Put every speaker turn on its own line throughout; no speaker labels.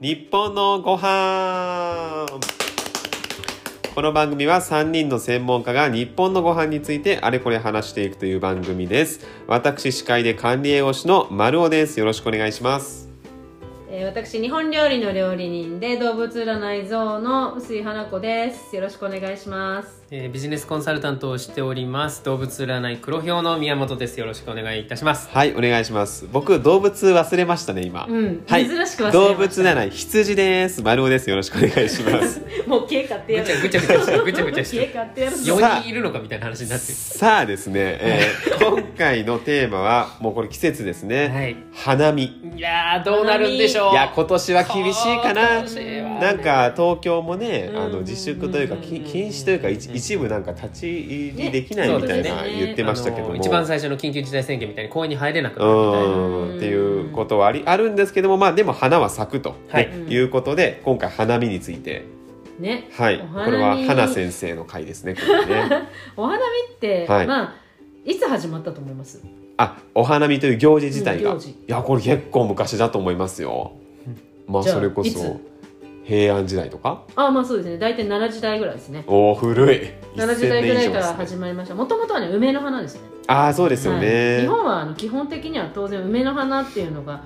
日本のご飯この番組は3人の専門家が日本のご飯についてあれこれ話していくという番組です私司会で管理栄養士の丸尾ですよろしくお願いします
えー、私日本料理の料理人で動物占い像の薄井花子ですよろしくお願いします
えービジネスコンサルタントをしております動物占い黒豹の宮本ですよろしくお願いいたします
はいお願いします僕動物忘れましたね今、
うん
はい
珍しく忘れました
動物占い羊です丸尾ですよろしくお願いします
もう消え買ってや
ぐ
る
ちゃぐちゃぐちゃしてるぐちゃぐちゃし
消え
て
買ってやるぞ
4人いるのかみたいな話になって
さあですね、えー今回のテーマはもうこれ季節ですね、
るはい
花見
いやーどうなるんでしょう
いや今年は厳しいかな
今年はね
なんか東京もね、
うん
あの自粛というか、
うん
き禁止というか、一一部なんか立ち入りできないみたいな
ね
言ってましたけども、
あの一番最初の緊急事態宣言みたいに公園に入れなく
う
なるみたいな
ーんっていうことはありあるんですけども、まあでも花は咲くと、
はい
ねいうことで今回花見について、
ね
はい、
お
こ
花見
れは花先生の回ですね。これね
お花見って、
はい
まあいつ始まったと思います
あ、お花見という行事自体が、
うん
い
行事
やこれ結構昔だと思いますよ。まあ
じゃあ
それこ
いつ
そ平安時代とか、
ああまあそうですね大体奈良時代ぐらいですね
おお古い。
奈良時代ぐら
1000年以
いから
上です
始
ね
まりましたもともとはね梅の花ですよね
ああそうですよ
はい
ね
日。本はあの基本的には当然梅の花っていうのが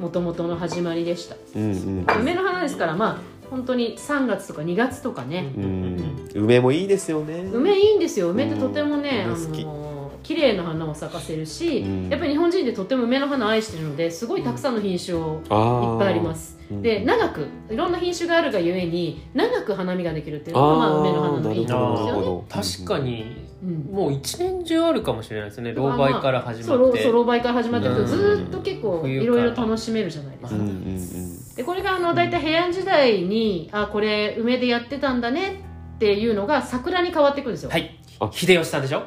もともとの始まりでした
うんうん。
梅の花ですからまあ本当に3月とか2月とかね、
うん、梅もいいですよね。
梅いいんですよ梅ってとてもね、
うん
あ
梅好き
の綺麗な花を咲かせるし、
うん
やっぱり日本人ってとても梅の花愛してるのですごいたくさんの品種を
あー
いっぱいあります
うん
で長くいろんな品種があるがゆえに長く花見ができるっていうのがまあ梅の花のいいところです
なる
よ
ほ
ね
ど
確かに
うん
もう一年中あるかもしれないですね
だから
老
まあ
媒から始
そう
ま
ろ
っ
う
て
そう老媒から始まってると
うん
ずーっと結構
冬
い
から
ろいろ楽しめるじゃないです
う
か
んうんうん
でこれがあの大体平安時代にあこれ梅でやってたんだねっていうのが桜に変わっていくんですよ、
はい
あ
秀吉さんでしょ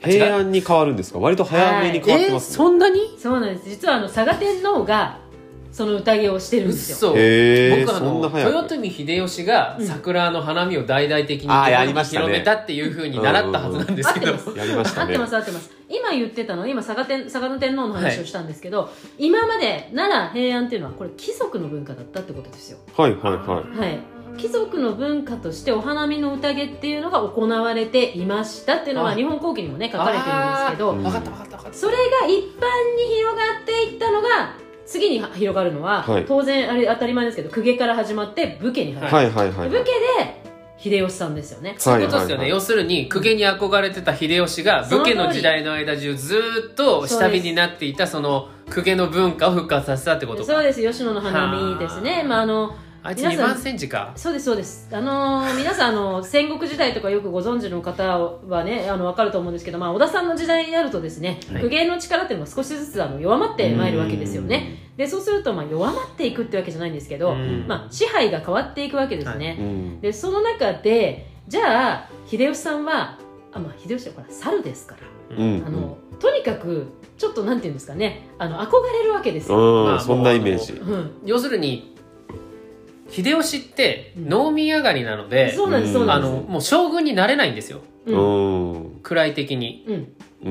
平安に変わるんですか割と早めに変わってますね、
んなに
そうなんです実はあの佐賀天皇がその宴をしてるんですよ
嘘
へー
僕あ
そんな
の
早く
豊臣秀吉が桜の花見を大々的に
あーやりましたね
広めたっていうふうに習ったはずなんですけ
うん
ど
うんうん
やりまし
合
た
って
ね
ます合ってます今言ってたの今佐賀天佐賀の天皇の話をしたんですけど、今まで奈良平安っていうのはこれ貴族の文化だったってことですよ
はいはいは
はい貴族の文化としてお花見の宴っていうのが行われていましたっていうのは
あ
日本後期にもね書かれてるんですけど、
あー
分かった分かった分かった
それが一般に広がっていったのが次に広がるのは、
はい
当然あれ当たり前ですけど公家から始まって武家に入
い
る、
はいはいはい
武家で秀吉さんですよね
そういうことですよね、
はいはいはい
要するに公家に憧れてた秀吉が
その
武
通り
家の時代の間中ずーっと下火になっていたその公家の文化を復活させたってこと
そう
か
です吉野の花見ですね
はあ
まああの
あいつ
皆
2
さん
万センチか
そうですそうですあのー皆さんあの戦国時代とかよくご存知の方はねあの分かると思うんですけど、まあ、織田さんの時代になるとですね
はい
公家の力っていうのは少しずつあの弱まってまいるわけですよねでそうするとまあ弱まっていくってわけじゃないんですけど、
うん
まあ、支配が変わっていくわけですね、
うんうん
でその中でじゃあ秀吉さんはあまあ秀吉はほら猿ですから、
うん
あのとにかくちょっとなんていうんですかねあの憧れるわけですよ、
うん
まあ
そんなイメージ
うん、
要するに秀吉って
うん
農民上がりなので、
そうなんですそうな
あ
んです
のもう将軍になれないんですよ
う
うん
ん
位的に。
うん、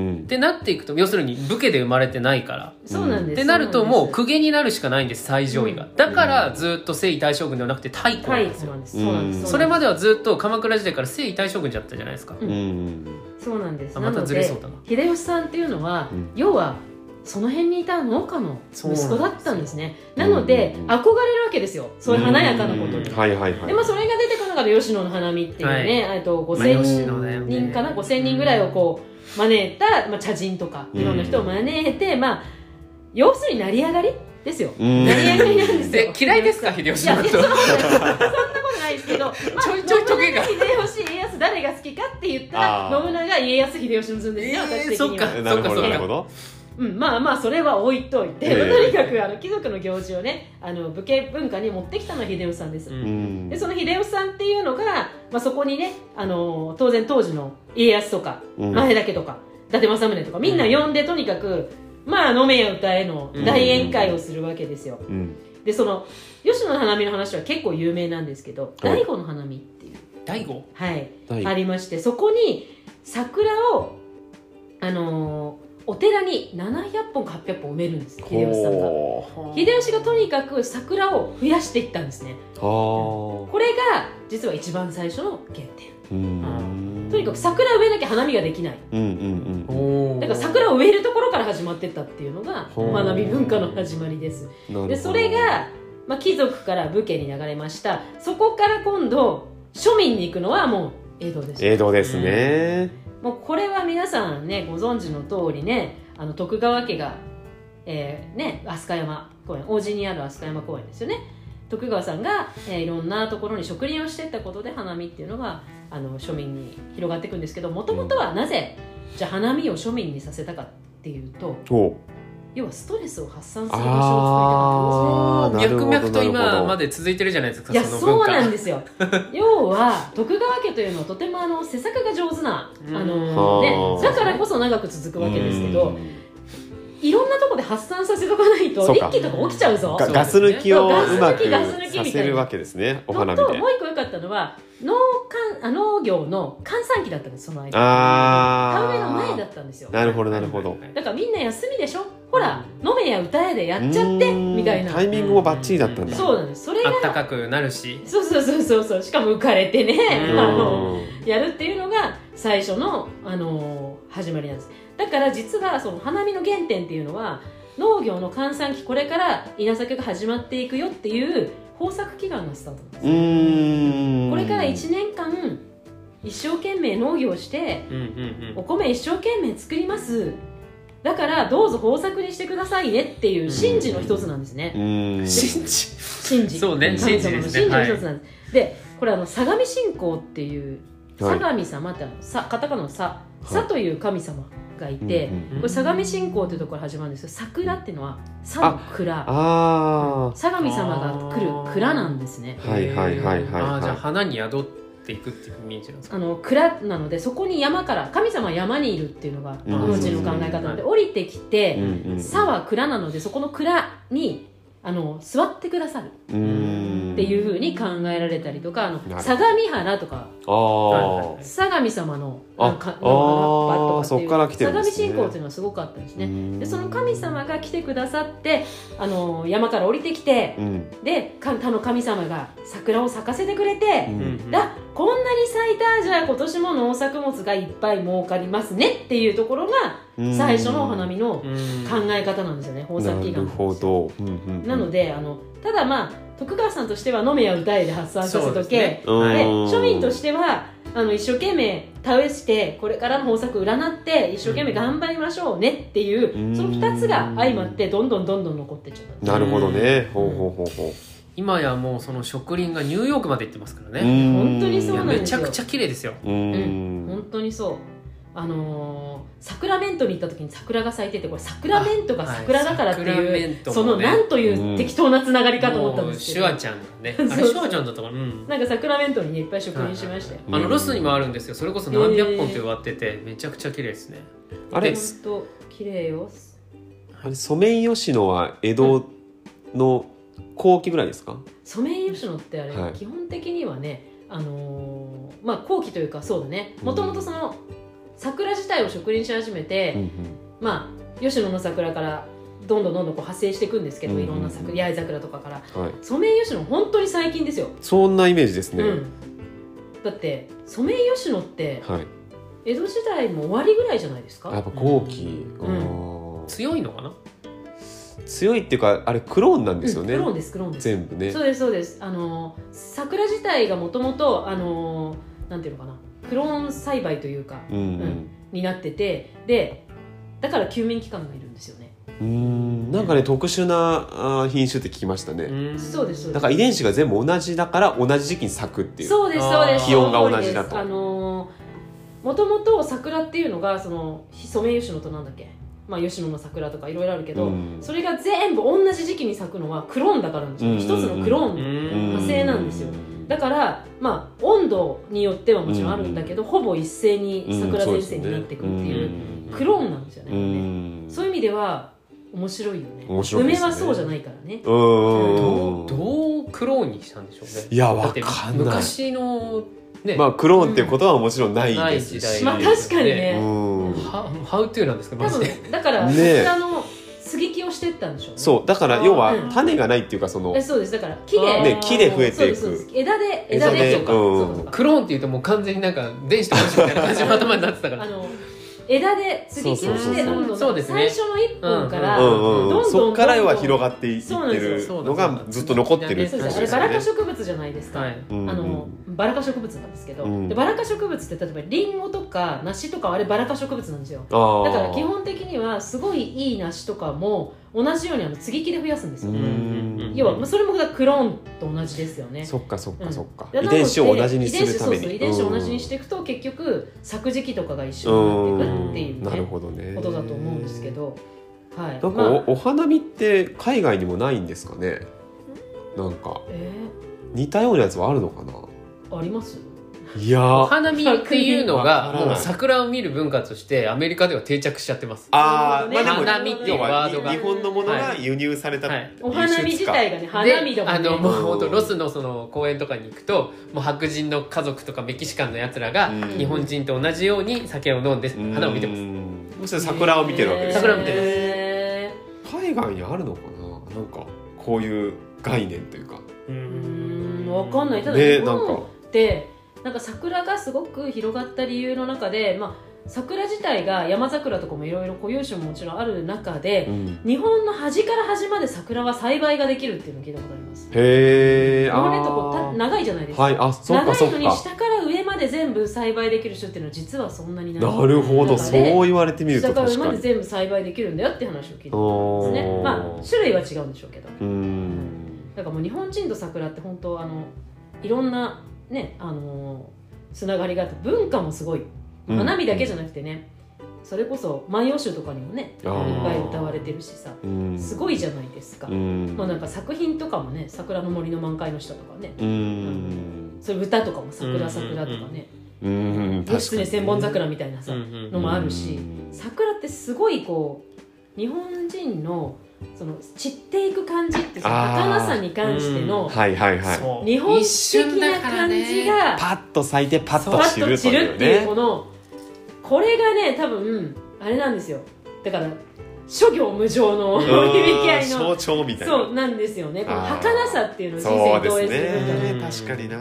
うん
ってなっていくと要するに武家で生まれてないから。
そうなんです
ってなるともう
く
公家になるしかないんです最上位が、
うん
だからずっと征夷大将軍ではなくて太閤なん
太
です
鼓
よ、
なんですそうなんです
うん
それま
で
ではずっと鎌倉時代から征夷大将軍じゃったじゃないですか、
う
うんん
そうなんです
あ
な
また
の
ず
で
れ
秀
そうだな
吉さんっていうのは、
うん
要はその辺にいた農家の息子だったんですね
そう
な
なん
の
ですよ
で、憧れるわけですよそういう華やかなことに
うんはいはいはい
でまあ、それが出てくるのが吉野の花見っていうね、えっと
まあ
5000
吉野だよ
人
ね
かな、5000人ぐらいをこう招いた、まあ、茶人とか
うん
いろんな人を招いて、まあ要するに成り上がりですよ、
うん
成り上がりなんですよ
で嫌いですか秀
い
吉
や
の
い
こ
やそんなことないですけど、まあ、
ちょいちょいトゲが
信長秀吉家康誰が好きかって言ったら
あー
信長家康秀吉の順ですね、私的には
そっか
なるほ
そ
ど
うか
なるほど
うん、まあまあそれは置いといて、
ええ
まあとにかくあの貴族の行事をねあの武家文化に持ってきたのは秀吉さんです、
うん
うん
でその秀吉さんっていうのが、まあ、そこにね、あのー当然当時の家康とか
うん
前田家とか、伊達政宗とかみんな呼んでとにかく、まあ飲めや歌えの大宴会をするわけですよ、
うん
でその吉野の花見の話は結構有名なんですけど
はい
醍醐の花見っていう、
大悟
はい
はい
ありましてそこに桜を、あのーお寺に700本か800本埋めるんです秀吉さんが
ほ
秀吉がとにかく桜を増やしていったんですね
うは
これが実は一番最初の原点
あうーん
とにかく桜植えなきゃ花見ができない
うんうんうん
おー
だから桜を植えるところから始まってったっていうのが
ほう
学び文化の始まりです
なるほど
でそれが、まあ、貴族から武家に流れましたそこから今度庶民に行くのはもう江戸です
江戸ですね
もうこれは皆さんねご存知の通りねあの徳川家が、えーね飛鳥山公園王子にある飛鳥山公園ですよね徳川さんが、えーいろんなところに植林をしていったことで花見っていうのがあの庶民に広がっていくんですけどもともとはなぜ、じゃあ花見を庶民にさせたかっていうと
お
要はストレスを発散する場所を作りたかったんですね
あーなるほど
脈々と
なる
今
ほど
まで続いてるじゃないですか
いや
その
そ
文
う
化
なんで すよ要は徳川家というのはとてもあの施策が上手なあの、
うん
ね、だからこそ長く続くわけですけ
う
ど
ん
いろんなとこで発散させとかないと
そうか
一気とか起きちゃうぞ
ガ
そう
ガス抜きを
そう
うまく
ガス抜きガス抜きみた
さ
いな
せるわけですねお花
の
見
と
で
もう一個良かったのは農閑あ農業の閑散期だったんですその間田植えの前
あ
だ
あ
ったんですよ
なるほどなるほど
だからみんな休みでしょほら飲めや歌えでや
や
っちゃってみたいな
タイミングもバッチリだったんだ
そうなんですそれ
あ
が
ったかくなるし
そうそうそうそうそうしかも浮かれてね
う
ん
あの
ん
やるっていうのが最初の、あのー始まりなんですだから実はその花見の原点っていうのは農業の閑散期これから稲作が始まっていくよっていう豊作祈願がスタートなんです
うーん
これから1年間一生懸命農業して
うんうんうん
お米一生懸命作りますだからどうぞ豊作にしてくださいねっていう神事の一つなんですね、
うん
信じ
神事
そうね
神事
神
の
事で
神事
すね
の一つなんです、でこれあの相模信仰っていう
はい
相模様ってあの、さカタカナの「さ」「
はい
さ」という神様がいて、
うんうん
これ相模信仰というところから始まるんですけど桜っていうのは「さ」の蔵
あ
相模様が来る蔵なんですね
あはいはいはいはいはい
あーじゃあ花に宿っていくっていうイメージなんですか
あの蔵なのでそこに山から神様は山にいるっていうのが
うん
農地の考え方なので、降りてき
あ
て「さ」は蔵なのでそこの蔵にあの座ってくださる
っ
っていうふうに
あ
考えられたりとかあ
るほ
の
ど
相模原とか
あー
相模様の
あ
なんか
あー
のラッパ
そっから来てるん
相
で
模
すね
信仰というのはすごかったんですね
ね
でその神様が来てくださってあの山から降りてきて
うん
でか他の神様が桜を咲かせてくれて、
う
うん
ん
だこんなに咲いたじゃあ今年も農作物がいっぱい儲かりますねっていうところが
うん
最初のお花見の
う
考
ん
え方なんですよね豊作祈
な
願
るほどうんうんうん
なのであのただまあ徳川さんとしては飲めや歌えで発散させ
そうで
と
す
け、
ね
うん
で庶民としてはあの一生懸命試してこれからの豊作占って一生懸命頑張りましょうねっていう、
うん
その2つが相まってどんどんどんどん残ってっちゃった
なるほどねほうほうほうほ
今やもうその植林がニューヨークまで行ってますから
う
ね、
うん
本当にそう
い
な
や
んですよ
めちゃくちゃ綺麗ですよ
うん
本当にそうあのーサクラメントに行った時に桜が咲いててこれサクラメントが桜だからって
はいサ
い
クラ
う、
メントもね
そのなんという適当なつながりかと思った
も
んで
う
す
シ
け
ュ
ど、
ワちゃんがね あ
そ
れ
う
シ
そう
ュワちゃんだったからうん
なんかサクラメントにねいっぱい植林しましたよ、
あのロスにもあるんですよそれこそ何百本って植わっててめちゃくちゃ綺麗ですね
あれ
ほんと綺麗よ
あれソメイヨシノは江戸の後期ぐらいですか
ソメイヨシノってあれ、
はい
基本的にはね、あのーまあ、後期というかそうだねもともとその桜自体を植林し始め
うんう
て、
ん
まあ吉野の桜からどんどんどんどんこう派生していくんですけど、
うんうん
いろんな桜八重桜とかから
はい
ソメイヨシノ本当に最近ですよ、
そんなイメージですね
うん、だってソメイヨシノって
はい
江戸時代も終わりぐらいじゃないです
あやっ
か
ぱ後期
う
あー
強いのかな
強いっていうかあれクローンなんですよ
う
ね
んクローンですクローンです
全部ね
そうですそうですあのー桜自体がもともとあのーなんていうのかなクローン栽培というか
うん
になっててでだから休眠期間がいるんですよね
うんうんなんかね特殊なあー品種って聞きましたね
うん
そうですそうで
だから遺伝子が全部同じだから同じ時期に咲くっていう
そうです
あー
そうです
気温が同じだと
そうですあのもともと桜っていうのがそのソメイヨシノとなんだっけまあ吉野の桜とかいろいろあるけど、
うん
それが全部同じ時期に咲くのはクローンだからなんですよ、
うんうんうん
一つのクローン、
うん
派生なんですよだからまあ温度によってはもちろんあるんだけど、ほぼ一斉に桜前線になってくるってい
う
う,、
ん
クローンなんですよね,、
うん
そういう意味では面白いよね
面白いですね
梅はそうじゃないからね
うんうんうん
どうどうクローンにしたんでしょうね
いや
だ
わ
って
かんない
昔のね、
まあクローンっていうことはもちろんない
ない
で
時
す
代
し、
まあ確かに
う
ね
ん、
はハウトゥーなんですか
多
マジで
分だから
ね
こ
え
ちらの接ぎ木をしてったんでしょうね
そうだから要は
うん
種がないっていうかその
えそうですだから木で、
あー
ね木で増え
そ
て
うで
い
すそうです
く
枝で
枝
枝
で
でとか、
うん
そうかそうか
クローンって言うともう完全になんか電子とかみたいな感じの頭になってたか
あ
ら
の枝で接ぎ木
そう
をして
そうそう
どんどん
そうです
最
ね
初の一本から、
うんうんうん
どんどんどんどん
そっからは広がっていって
そうなんで
る
す
よ
のがずっと残ってるって
そう
こ
で
と
すあ
で
れ
す
バ
よ
ラ科
ね。
植物じゃないですか、
はい
うんうん
あのバラ科植物なんですけど、
うん
でバラ科植物って例えばリンゴとか梨とかはあれバラ科植物なんですよ
あー
だから基本的にはすごいいい梨とかも同じようにあの継ぎ木で増やすんですよ、
う
うん
ん
要はまあそれもだからクローンと同じですよね
そっかそっかそっか、
で
遺伝子を同じに
な
す
ので
るために
遺伝子そうそう遺伝子を同じにしていくと、結局作時期とかが一緒になっていくっていううんね
なるほどね
ことだと思うんですけど、はい
なんかお,、
まあ、
お花見って海外にもないんですかねなんか
え
似たようなやつはあるのかな
ー、あります
いや
お
ー
花見っていうのが
わからない
もう桜を見る文化としてアメリカでは定着しちゃってます
あー、
なる
ま
ほどね
あ
花
で
見
も
って
要
いう
は
ワードが
日本のものが
は
輸入された、
はい
お花見自体がね
で
花見だも
あ
んね
のもう本
う
当
ん
ロスのその公園とかに行くともう白人の家族とかメキシカンのやつらが
うん
日本人と同じように酒を飲んで花を見てます
すそして桜を見てるわけです、
桜を見てます
へ
海外にあるのかななんかこういう概念というか
う
ーうんーんわかんないただ
ね
日
なんか
本ってなんか桜がすごく広がった理由の中で、まあ、桜自体が山桜とかもいろいろ固有種ももちろんある中で、
うん
日本の端から端まで桜は栽培ができるっていうのを聞いたことあります
へえ
日本列島こうた
あ
長いじゃないで
ー
すか、
はいあそっか
長
そ
い
っ
の
か
に下から上まで全部栽培できる人っていうのは実はそんなにない
なるほど
なの
そう
で
言われてみると
下から
確
上ま
か
で
に
全部栽培できるんだよって話を聞いたんですね
おー
まあ種類は違うんでしょうけど
うん
だからもう日本人と桜って本当あのいろんなねあのーつながりがあって文化もすごい
うん
花火だけじゃなくてね、それこそ「万葉集」とかにもねいっ
あ
ぱ
ー
い歌われてるしさ
うん
すごいじゃないですか、
うん
もうなんか作品とかもね「桜の森の満開の下」とかね
うん
それ歌とかも「
うんうんう
桜
ん
桜」とかね
うん
「義経千本桜」みたいな
う
さ、
ん
のもあるし
うん
桜ってすごいこう日本人のその散っていく感じってその儚さに関しての
はいはいはい
そう
日本
一
的
瞬だ
な
から
感
ね
じが
パッと咲いてパッ
パ
と散
ッ
ると
と散
い
る
う
っていう
ね
このこれがね多分あれなんですよだから諸行無常の
うん
響き合いの
象徴みたいな
そうなんですよねこの
あー
儚さっていうのを人
そう
生
で
投
す
影するみたいな
ね
ね確かにな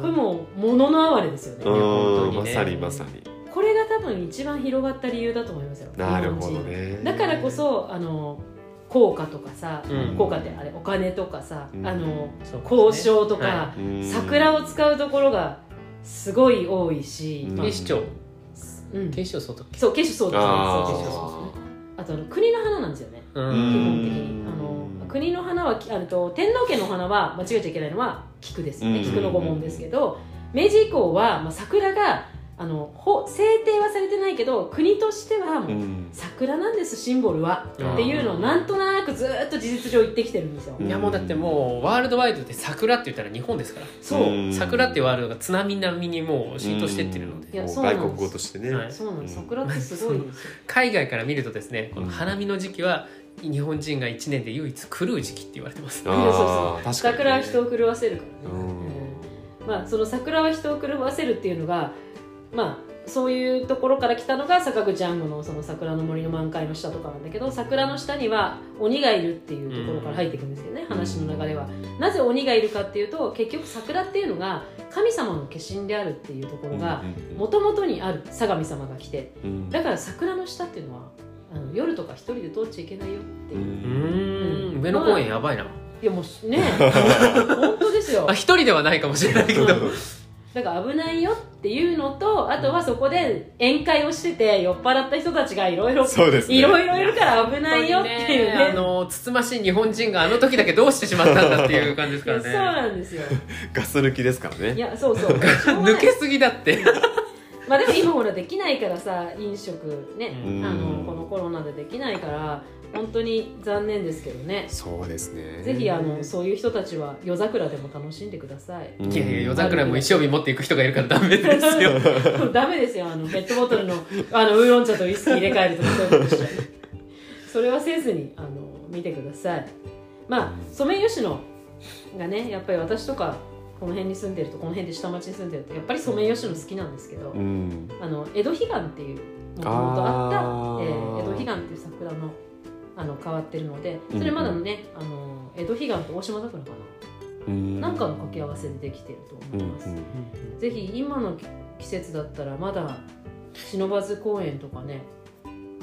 これもう物の哀れですよね
う
本当
ん
に
ま
ね
さにまさに
これが多分一番広がった理由だと思いますよ
なるほ
日
ど
本人
ね
だからこそあの効果とかさ、
うん
効果ってあれお金とかさ、
うん
あの
そう
交
ですね
渉とか、
は
うん
桜を使うところがすごい多いし、
うん
まあ
警視庁
うん
警視庁そうだっけ
そう景色そうですね
あー
そう景色そうですねあとあの国の花なんですよね
う
基
ん
本的にあの国の花はあのと天皇家の花は間違えちゃいけないのは菊ですよね、
うん
菊の御紋ですけど明治以降は、まあ、桜があの法制定はされてないけど国としてはもう
うん
桜なんですシンボルは
うん
っていうのをなんとなくずーっと事実上言ってきてるんですよ、
うん
いやもうだってもうワールドワイドで桜って言ったら日本ですから
そう、
うん
桜ってワールドが津波並みにもう浸透してってるので
いや
もう
そうなん
外
です
国語として
は
ね
い
そうなの桜ってすごいんですよ
海外から見るとですねこ
うん
の花見の時期は日本人が1年で唯一狂う時期って言われてます、
あー確かに
桜は人を狂わせるからね、
うん
うんまあ、その桜は人を狂わせるっていうのが、まあ、そういうところから来たのが坂口安吾のその桜の森の満開の下とかなんだけど桜の下には鬼がいるっていうところから入っていくんですけどね、話の流れは。なぜ鬼がいるかっていうと結局桜っていうのが神様の化身であるっていうところがもともとにある相模様が来て
うん
だから桜の下っていうのはあの夜とか一人で通っちゃいけないよっていうう。
うんーん上野公園やばいな、
いやもうね本当ですよ
あ一人ではないかもしれないけど、
だから危ないよっていうのとあとはそこで宴会をしてて酔っ払った人たちがいろいろ
そうですね
いろいろいるから危ないよっていうね
あのつつましい日本人があの時だけどうしてしまったんだっていう感じです
い
から
や
ね
そうなんですよ
ガス抜きですから
い
ね
やそうそう
抜けすぎだって
まあでも今ほらできないからさ飲食ね、
うん
あのこのコロナでできないから本当に残念ですけどね
そうですね
ぜひあのそういう人たちは夜桜でも楽しんでください
いやいや夜桜も一生日持っていく人がいるからダメですよ
ダメですよあのペットボトルのあのウーロン茶とウイスキー入れ替えるとかそういうことしちゃうそれはせずにあの見てくださいまあソメイヨシノがねやっぱり私とかこの辺に住んでるとこの辺で下町に住んでるとやっぱりソメイヨシノ好きなんですけど、
うん
あの江戸彼岸っていうもともとあった
あー
えー江戸彼岸っていう桜のあの変わってるのでそれまだのね、あの江戸彼岸と大島桜かな、
うん
なんかの掛け合わせでできてると
う
思い
ん
ます、ぜひ今の季節だったらまだ忍ばず公園とかね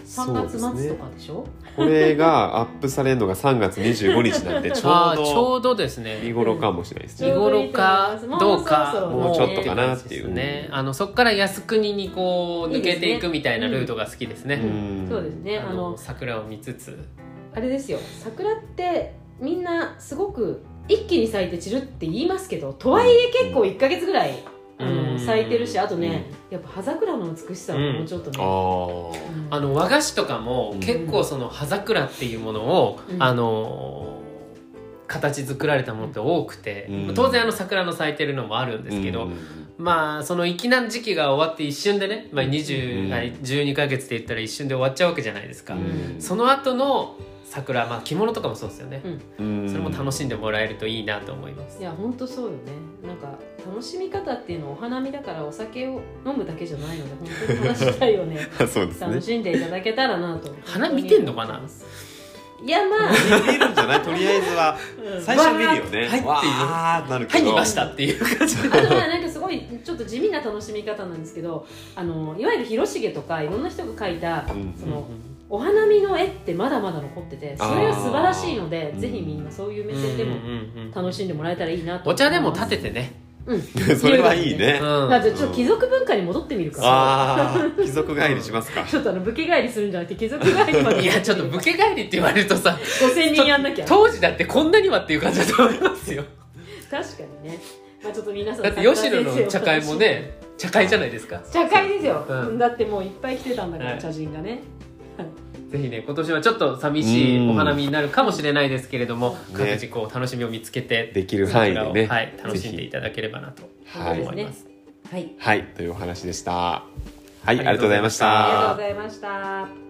3月
そうです
末
ね
とかでしょ
これがア ップされるのが3月25日なん でちょ
あ
う
ーち
ど
ょうどです
見
ね
頃かもしれないです
見
ね。
頃かどうか
もうちょっとかなっていう
ですねあのそこから靖国にこう抜けていくみたいなルートが好きですね
いいですねそうですねあ
あの
の
桜を見つつ
あれですよ桜ってみんなすごく一気に咲いて散るって言いますけどとはいえ結構1か月ぐらい、あ
うん
の咲いてるしあとね、やっぱ葉桜の美しさももうちょっとね、
ああ。
うん
あの和菓子とかも
うん
結構その葉桜っていうものを、
うん
あの形作られたものって多くて、
うん
当然あの桜の咲いてるのもあるんですけど、
うん
まあその粋な時期が終わって一瞬でね、まあ、
う
20
ん
あ12ヶ月って言ったら一瞬で終わっちゃうわけじゃないですか、
うん
その後の桜、まあ、着物とかもそうですよね、
うん
それも楽しんでもらえるといいなと思います
い、や本当そうよねなんか楽しみ方っていうのはお花見だからお酒を飲むだけじゃないので本当に話したいよね
そうですね
楽。しんでいただけたらなと
花見てんのかない
やまあ、
見るんじゃないとりあえずは
うん
最初見るよね。
わーって
わーってなる
は
け
い
ど。
見ましたっていう感じ
あとまあなんかすごいちょっと地味な楽しみ方なんですけどあのいわゆる広重とかいろんな人が描いた
うん
そのお花見の絵ってまだまだ残っててそれは素晴らしいので
あー
ぜひみんなそういう目線で
うんう
も
んうんうん
楽しんでもらえたらいいなと
お茶でも立
立
ててね、
それはいいね。
うん
まあ、じゃあちょっと貴族文化に戻ってみるか
ああ、貴族帰りしますか。
ちょっとあの武家返りするんじゃなくて貴族返りまで
いやちょっと武家帰りって言われるとさ
5000人やんなきゃ確
当時だってこんなにはっていう感じだと思いますよ
かにね、まあ、ちょっと皆さん
だって吉野の茶会もね茶会じゃないですか
茶会ですよ、
うん
だってもういっぱい来てたんだから、
はい
茶人がね
ぜひね今年はちょっと寂しいお花見になるかもしれないですけれども
うん
各自こう楽しみを見つけて
できる範囲で
桜を
ね。
はい、楽しんで
ぜ
いただければなと
ひは
そうです
い
思います、
はい
はいというお話でした。はいありがとうございまし
あ
あ
た
りがとうご。ざいました